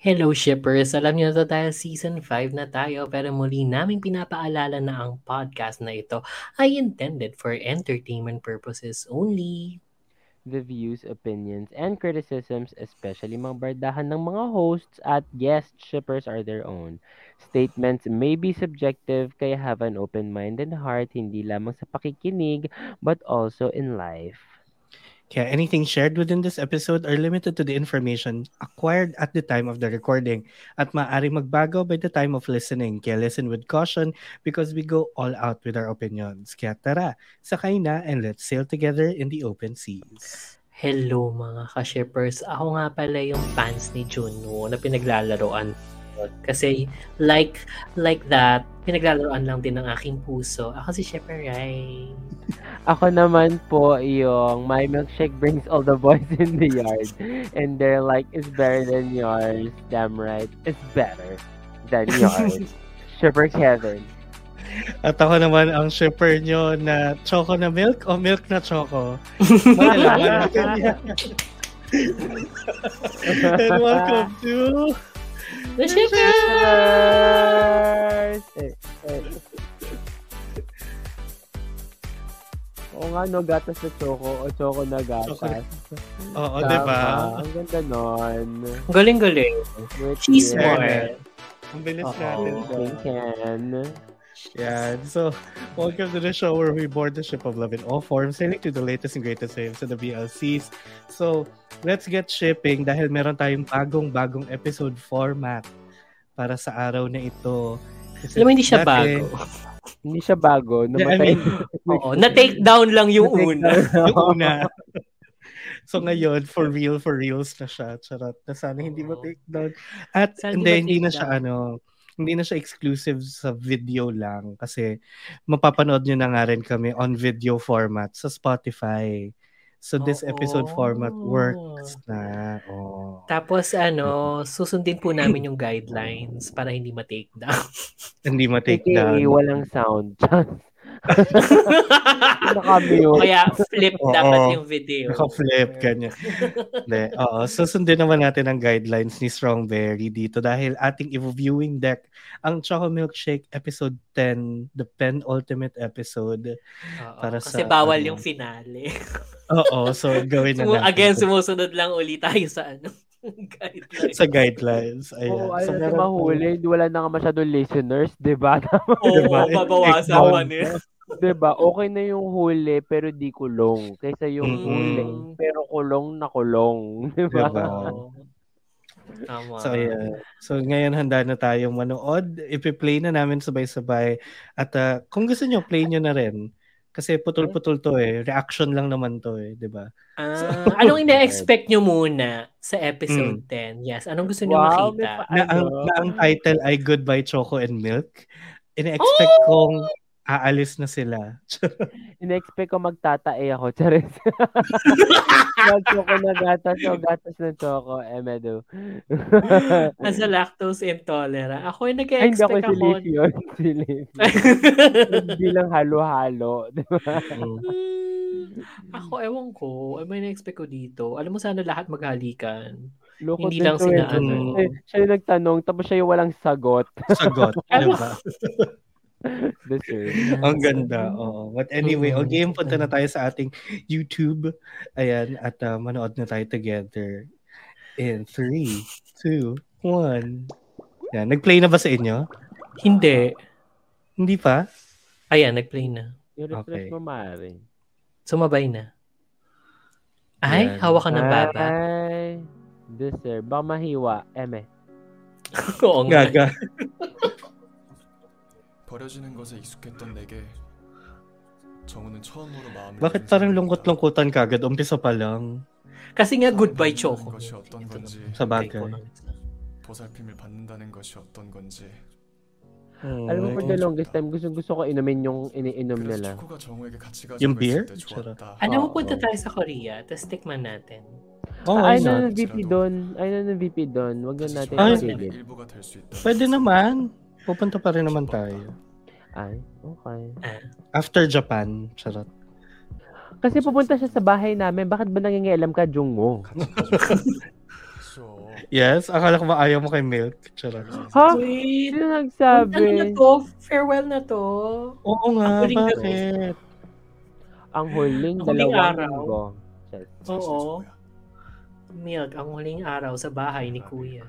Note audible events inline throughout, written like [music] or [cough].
Hello shippers! Alam niyo na to dahil season 5 na tayo pero muli naming pinapaalala na ang podcast na ito ay intended for entertainment purposes only. The views, opinions, and criticisms, especially mga bardahan ng mga hosts at guest shippers are their own. Statements may be subjective, kaya have an open mind and heart, hindi lamang sa pakikinig, but also in life. Kaya anything shared within this episode are limited to the information acquired at the time of the recording at maaari magbago by the time of listening. Kaya listen with caution because we go all out with our opinions. Kaya tara, sakay na and let's sail together in the open seas. Hello mga ka-shippers! Ako nga pala yung fans ni Junwoo na pinaglalaroan kasi like like that pinaglalaroan lang din ng aking puso ako si Shipper Rai Ako naman po yung my milkshake brings all the boys in the yard and they're like it's better than yours. Damn right, it's better than yours. Shipper Kevin. At ako naman ang shipper nyo na choco na milk o milk na choco. Malalaman natin yan. [laughs] and welcome to The Shipper! Shippers! Eh, eh. Oo nga no, gatas na choco o choco na gatas. Oo, Tama. di ba? Ang ganda nun. Galing-galing! With Cheese milk. board! Ang bilis Oo. natin. Thank you. Yeah, so welcome to the show where we board the ship of love in all forms, sailing to the latest and greatest waves of the BLCs. So, let's get shipping dahil meron tayong bagong-bagong episode format para sa araw na ito. Kasi Alam mo, hindi siya dati- bago. Hindi siya bago. Yeah, I Namatay. mean, Oo, na-take down lang yung Na-take una. yung una. [laughs] so ngayon, for real, for reals na siya. Charot na sana hindi Oo. mo take down. At Sana hindi, hindi hindi na ma-take siya ano, hindi na siya exclusive sa video lang kasi mapapanood nyo na nga rin kami on video format sa Spotify. So this Oo. episode format Oh. works na. Oh. Tapos ano, susundin po namin yung guidelines para hindi ma-take down. Hindi ma-take AKA, down. walang sound. [laughs] Naka-mute. Kaya flip Oo. dapat yung video. Naka-flip, [laughs] ganyan. Hindi, oo. So, sundin naman natin ang guidelines ni Strongberry dito dahil ating i-viewing deck ang Choco Milkshake Episode 10, the penultimate episode. Oo, Para kasi sa, bawal ano, yung finale. Oo, so gawin [laughs] na Sumu- natin. Again, sa- sumusunod lang ulit tayo sa ano. [laughs] guidelines. [laughs] sa guidelines. Ayan. Oo, ayaw So, na meron mahuli. Hindi wala na nga masyadong listeners, di ba? Oo, [laughs] diba? babawasan Ikaw- pa nila. di ba? Diba? Okay na yung huli, pero di kulong. Kaysa yung Mm. huli, pero kulong na kulong. Di ba? Diba? Oo. Tama. So, ayan. So, ngayon handa na tayong manood. Ipi-play na namin sabay-sabay. At ah, kung gusto nyo, play nyo na rin. Kasi putol-putol to eh. Reaction lang naman to eh, di ba? Ah, anong ina-expect nyo muna sa Hmm. episode 10? Yes, anong gusto nyo Wow, may makita? pa- na ang, ano? na ang title ay Goodbye Choco and Milk, ina-expect Oh! kong aalis na sila. In-expect ko magtatae ako. Charis. [laughs] Mag-choco na gatas o gatas na choco. Eh, medo. As a lactose intolerant, ako yung Ay, hindi ako nag-expect ako. silip yun. [laughs] Silip. Bilang halo-halo. [laughs] Di ba? Hmm, ako, ewan ko. Ano yung na-expect ko dito? Alam mo, sana lahat maghalikan. Loko Hindi din lang to eh. sina Mm. ano. Eh, siya yung nagtanong, tapos siya yung walang sagot. [laughs] [laughs] Sagot. Ano? diba? Deserve. Ang ganda. oh. Oo. But anyway, Mm-mm. Mm-hmm. okay, punta na tayo sa ating YouTube. Ayan, at ah, manood na tayo together. In 3, 2, 1. Yan. Nag-play na ba sa inyo? Hindi. Hindi pa? Ayan, nag-play na. Yung refresh Okay. mo, Mari. Sumabay na. Ay, Yan. Ah. hawakan ng baba. [laughs] Ay, deserve. Baka mahiwa. E. Eme. Oo nga. Gaga. 버려지는 것에 익숙했던 내게 정우는 처음으로 마음을 Bakit 열린 parang 사람이었다. lungkot-lungkotan kagad? Umpisa pa lang. Kasi nga, goodbye, Choco. 것이 어떤 건지 Sa bagay. 보살핌을 받는다는 것이 어떤 건지 Oh, Alam mo, my for the longest time, gusto, gusto ko inumin yung iniinom 그래서 nila. 초코가 정우에게 같이 Yung 가지고 beer? 있을 때 Sarap. 좋았다 Ano mo Oo. punta tayo sa Korea, tapos tikman natin. Oh, ay, why na not? ng VP doon. Ay, na ng VP doon. Huwag na natin Ay. ay. 의 silip. 일부가 될 수 있다 Pwede naman. Pupunta pa rin naman tayo. Ay, okay. After Japan. Charot. Kasi pupunta siya sa bahay namin. Bakit ba nangingialam ka, Jungo? 같이 가지고 있어. Yes? Akala ko ba ayaw mo kay Milk? Charot. Ha? Wait, ano Sino na nagsabi? to? Farewell na to? Oo nga, Ako rin daw. bakit? Ang huling Ang huling dalawang araw. linggo. 어. Oo. Milk, ang huling araw sa bahay ni Kuya.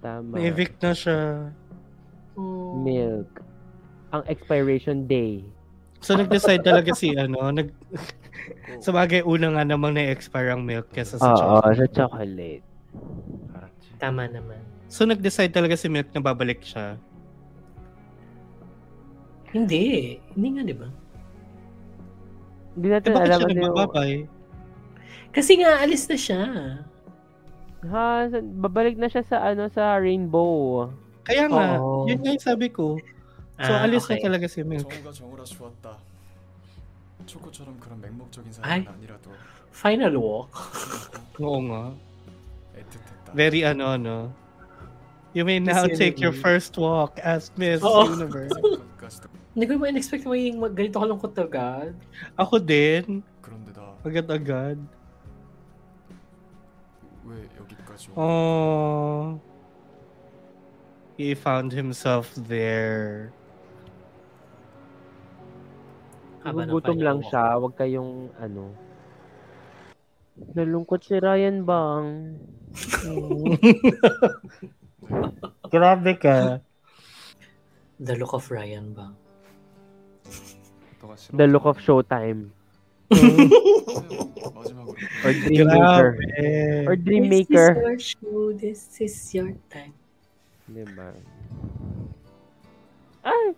Tama. Na-evict na siya. Mm. Milk. Ang expiration day. So nag-decide talaga si ano, nag [laughs] sa bagay una nga namang na-expire ang milk kesa sa Oo, chocolate. sa chocolate. 알았지. Hmm, Tama naman. So nag-decide talaga si Milk na babalik siya. Hindi. Hindi nga, di ba? Hindi Eh, natin bakit alam siya ano yung... nagbababay? Kasi nga, alis na siya. Ha, sa- babalik na siya sa ano sa rainbow. Kaya nga, Oo. yun nga yung sabi ko. So Ah, alis okay. na talaga si Milk. 정우가 정우라 주었다. 초코처럼 그런 맹목적인 아이. 사람은 아니라도 Final walk. Oo nga. 애틋했다. Very ano, no? You may now Miss take your Universe. first walk as Miss Oo. Universe. 생각까지도 Hindi ko ba in-expect mo yung mag- ganito kalungkot to, God? Ako din. 그런데 나왜 Agad-agad. 여기까지 어, 온 Oh. He found himself there. Haba ng Gutom final lang walk. siya, wag kayong ano. Nalungkot si Ryan Bang. Grabe ka. The look of Ryan ba? 너가 싫어? The look of Showtime. [laughs] 마지막으로 Or Dreammaker. Grabe. Or Dreammaker. This is your show. This is your time. Diba? Ay!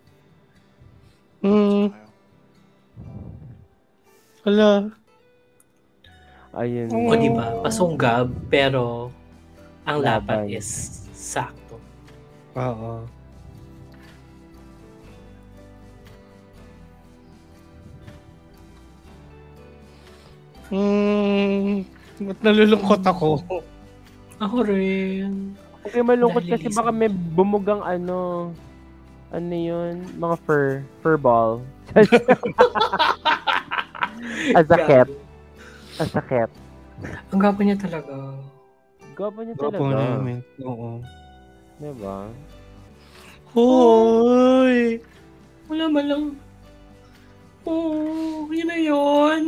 Mm, 가요. hala. Ayun. O, di ba? Pasunggab, pero ang laban Laban. is sakto. Oo. Mm, ba't nalulungkot ako? Ako rin. Okay, malungkot Dahil kasi isa- baka may bumugang ano, ano yun, mga fur, fur ball. [laughs] As a cat. As a cat. Ang gwapo niya talaga. Gwapo niya Opo talaga. namin. Oo. Diba? Hoy! Wala man lang. Oh, yun na yun.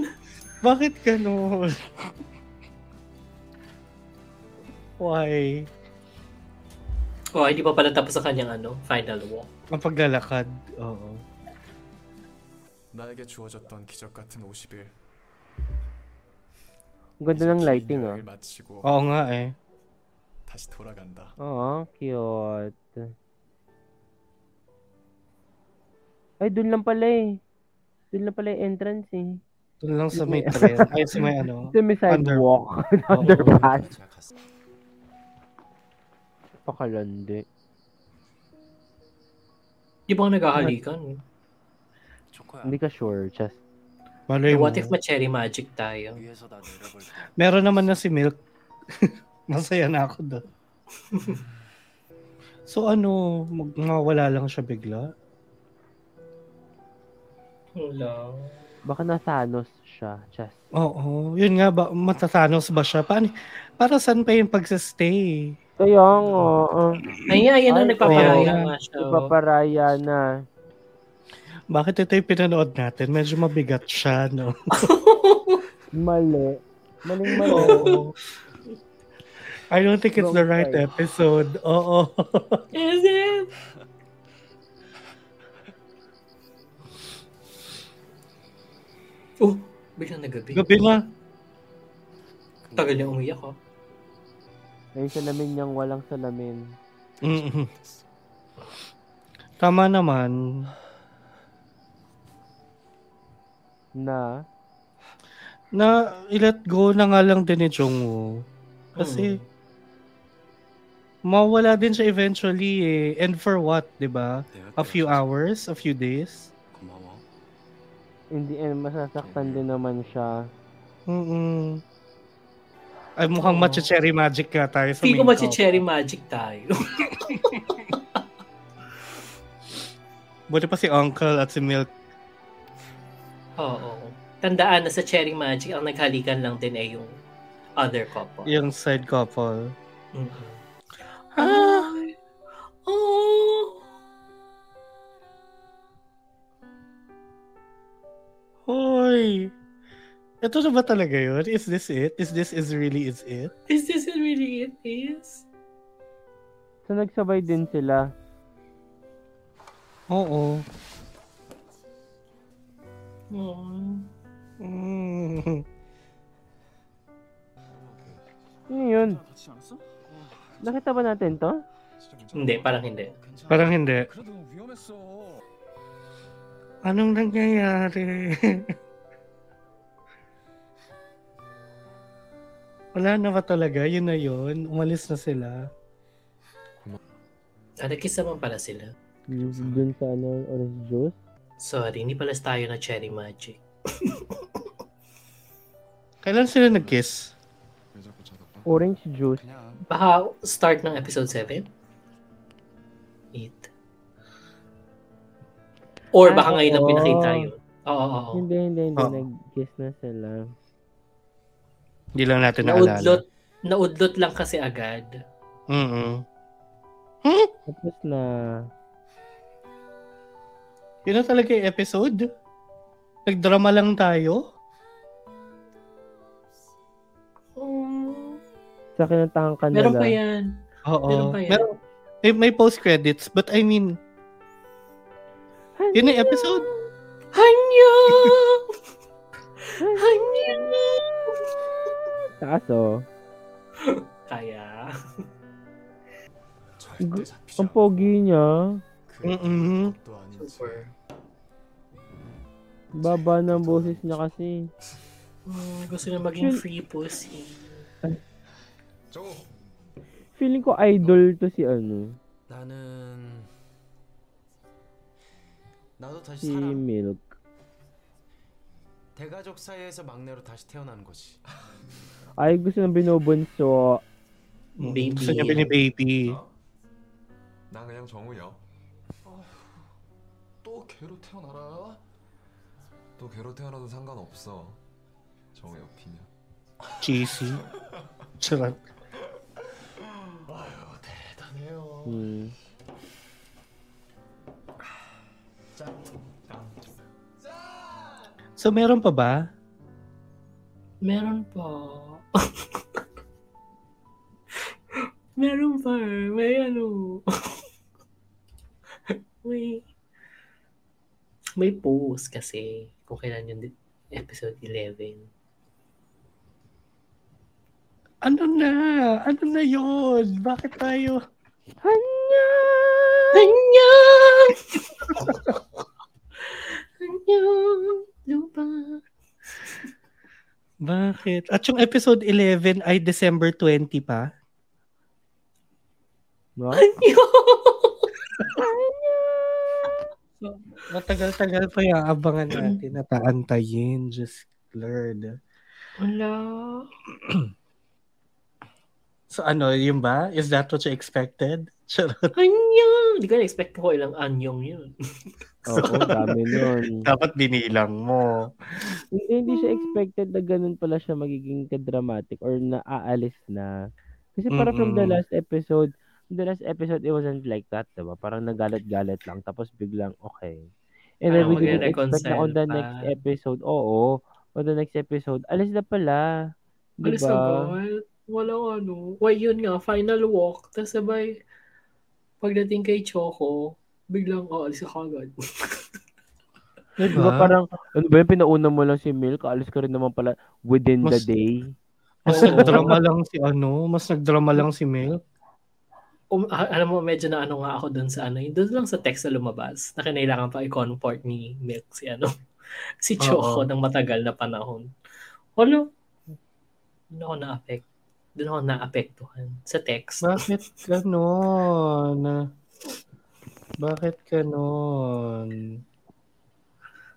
Bakit ganun? Why? Oh, hindi pa pala tapos sa kanyang ano, final walk. Ang paglalakad. Oo. 나에게 주어졌던 기적 같은 50일 Ang ganda ng lighting, ah. 마치고 Oo nga eh. 다시 돌아간다 Oo, cute. Ay, dun lang pala eh. Dun lang pala yung entrance eh. Doon lang sa may trail. Ay, sa may ano. [laughs] Sa may sidewalk. Underpass. 갔어 Pakalandi. Di ba ka naghahalikan? 초코야 Hindi ka sure, just. Eh, Malay mo. what if ma-cherry magic tayo? 위에서 나 내려볼게 Meron naman na si Milk. [laughs] Masaya na ako doon. [laughs] so ano, mag- mawala lang siya bigla. Wala. Baka na Thanos siya, just. Oo, yun nga ba, matatanos ba siya? Paano, para saan pa yung pagsistay? Kaya nga, uh, Ayan, ayan na Ay, nagpaparaya oo. nga siya. oh. ipaparaya na. Bakit ito yung pinanood natin? Medyo mabigat siya, no? Mali. Maling mali. [laughs] Oo. I don't think it's the Wrong right time. episode. Oo. [laughs] Is it? Oh, biglang nagabi. Gabi na. Tagal niya umiyak oh. Ay, salamin niyang walang salamin. Mm-mm. Mm-hmm. Tama naman. Na, Na, i-let go na nga lang din ni Jungwoo. Kasi, Mm. mawala din siya eventually eh. And for what, di ba? A few hours? A few days? 고마워 in the end, eh, masasaktan din naman siya. Mm-mm. Ay, mukhang Oo. matcha-cherry magic ka tayo sa Hindi ko main cherry magic tayo. [laughs] talk. Buti pa si Uncle at si Milk. Oo. Tandaan na sa cherry magic, ang naghalikan lang din ay yung other couple. Mm-hmm. Yung side couple. 아, Ah. Ah. oh. Hoy! Ito na ba talaga yun? Is this it? Is this is really is it? Is this really it is? So nagsabay din sila. Oo. Oh. Mm. 어, 그 Yun yun. 다치지 않았어? 와, Nakita ba natin to? 진짜 괜찮아. 네, hindi, parang hindi. 괜찮아. Parang hindi. 그래도 너무 위험했어. Anong nangyayari? Wala na ba talaga? Yun na yun. Umalis na sila. Ah, nagkisa man pala sila. Dun sa ano, orange juice. Sorry, hindi pala tayo na cherry magic. Kailan sila nag-kiss? 왜 자꾸 쳐다봐? Orange juice. 음. 그냥 Baka start ng episode 7? 8. Or baka Ah, ngayon lang oo. pinakita yun. Oo, oo, oo. Hindi, hindi, hindi. Ah. Oo. Nag-kiss na sila. Hindi lang natin naalala. Naudlot, naudlot lang kasi agad. Mm-mm. Tapos na... Yun na talaga yung episode? Nagdrama lang tayo? Mm. Sa kinatangkan nila. Meron pa yan. Oo. Meron pa yan. Meron, may, may post-credits, but I mean, yun yung episode. [laughs] Hanyo! Hanyo! Taas oh. Kaya. 절대 그- 잡히지 Ang 않아. pogi niya. 그게 음, 음. 그것도 아닌지. Super. Baba ng boses niya kasi. Mm, gusto niya maging free pussy. 저거 Feeling ko idol to si ano. 나는 나도 다시 Si 살아. Milk. 대가족 사이에서 막내로 다시 태어난 거지. Ay, gusto ng binubunso. Baby. Gusto niya bini-baby. 어? 난 그냥 정우야. 어휴, 또 개로 태어나라. 또 개로 태어나도 상관없어. 정우야 피냐. Cheesy. Charot. 아유 대단해요. Hmm. 짠. 짠. So, meron pa ba? Meron pa. Meron pa. eh. May ano. May. May post kasi. Kung kailan yung episode 11. Ano na? Ano na yon? Bakit tayo? Hanya! Anyang! Anyang! Lupa. Bakit? At yung episode 11 ay December 20 pa. No? [laughs] Anyang! Matagal-tagal pa yung abangan natin at aantayin. Just Lord. Wala. So ano, yun ba? Is that what you expected? Charot. Anyang! Hindi ko na-expect ko ilang anyong yun. Oo, dami nun. Dapat binilang mo. Hindi, Eh, hindi siya expected na ganun pala siya magiging kadramatic or naaalis na. Kasi para from the Mm-mm. last episode, the last episode, it wasn't like that, diba? Parang nagalat-galat lang, tapos biglang, okay. And then Parang we didn't expect magre-reconcile na on the pa. next episode, oo, on the next episode, alis na pala. Diba? Alis agad. Walang ano. Why yun nga, final walk. Tapos sabay, pagdating kay Choco, biglang aalis ka agad. [laughs] Diba parang, ano ba yun, pinauna mo lang si Milk, alis ka rin naman pala within the Mas- day. Mas nagdrama lang si ano? Mas nagdrama lang si Mel? um, a- alam mo, medyo na ano nga ako dun sa ano, yun dun lang sa text na lumabas, na kinailangan pa i-comfort ni Milk si ano, [laughs] si Choco Oo. ng matagal na panahon. Wala. Doon ako na-affect. Doon ako na-apektuhan sa text. Bakit ganon? Bakit ganon?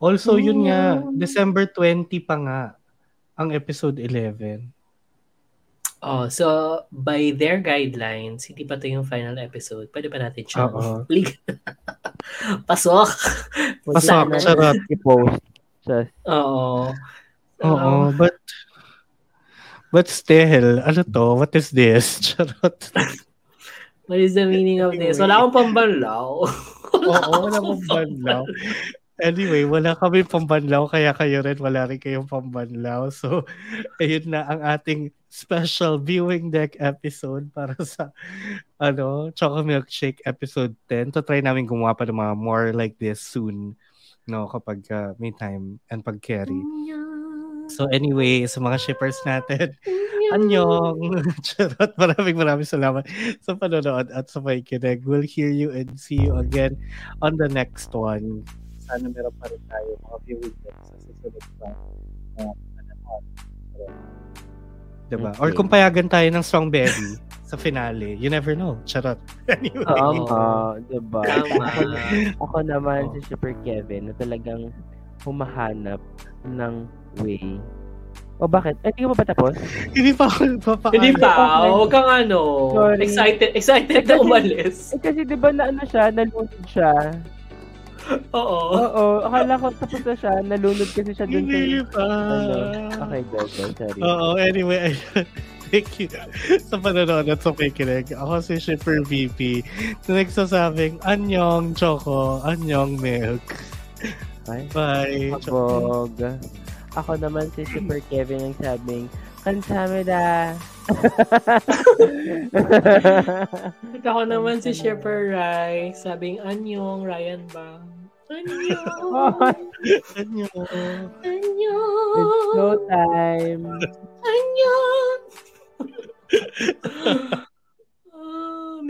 Also, yun nga, December 20 pa nga ang episode 11. Oh, so, by their guidelines, hindi pa to yung final episode. Pwede pa natin siya. Oo. Lig- [laughs] Pasok! Pasok, Sana. [laughs] sarap. I-post. Sa Oo. Oo, but But still, ano to? What is this? [laughs] Charot. What is the meaning of this? Wala akong pambalaw. Oo, wala pong banlaw. Anyway, wala kami pambanlaw, kaya kayo rin wala rin kayong pambanlaw. So, [laughs] ayun na ang ating special viewing deck episode para sa ano, Choco Milkshake episode 10. To try namin gumawa pa ng mga more like this soon no kapag uh, may time and pag carry. So anyway, sa mga shippers natin, anyong! [laughs] Charot, maraming maraming salamat sa panonood at sa pakikinig. We'll hear you and see you again on the next one. Sana meron pa rin tayo mga viewing tips sa susunod pa. Uh, panahon. Pero, Diba? Or Okay. kung payagan tayo ng Strong Baby sa finale, you never know. Charot. [laughs] Anyway. Oo. Tama, diba? Tama. Ako naman Oo. si Super Kevin na talagang humahanap ng way. O bakit? Eh, Ay, hindi ko pa patapos? Hindi pa ako nagpapaalam. Hindi pa. Okay. Huwag kang ano. Sorry. Excited, excited na umalis. Eh, kasi di ba na ano siya, nalunod siya. [laughs] Oo. Oo, akala ko tapos na siya, nalunod kasi siya dun Hindi Oh, kay... pa. Ano? Okay, go, go, sorry. Oo, anyway, ayun. [laughs] thank you sa panonood at sa pakikinig. Ako si Shipper VP. So nagsasabing, Anyong Choco, Anyong Milk. Bye. Bye. Kabog. Ako naman si Super Kevin ang sabing, Kansamida! At ako naman si Shepard Rai. Sabing, anyong, Ryan ba? Anyong, Anyong. It's anyong, go time! anyong.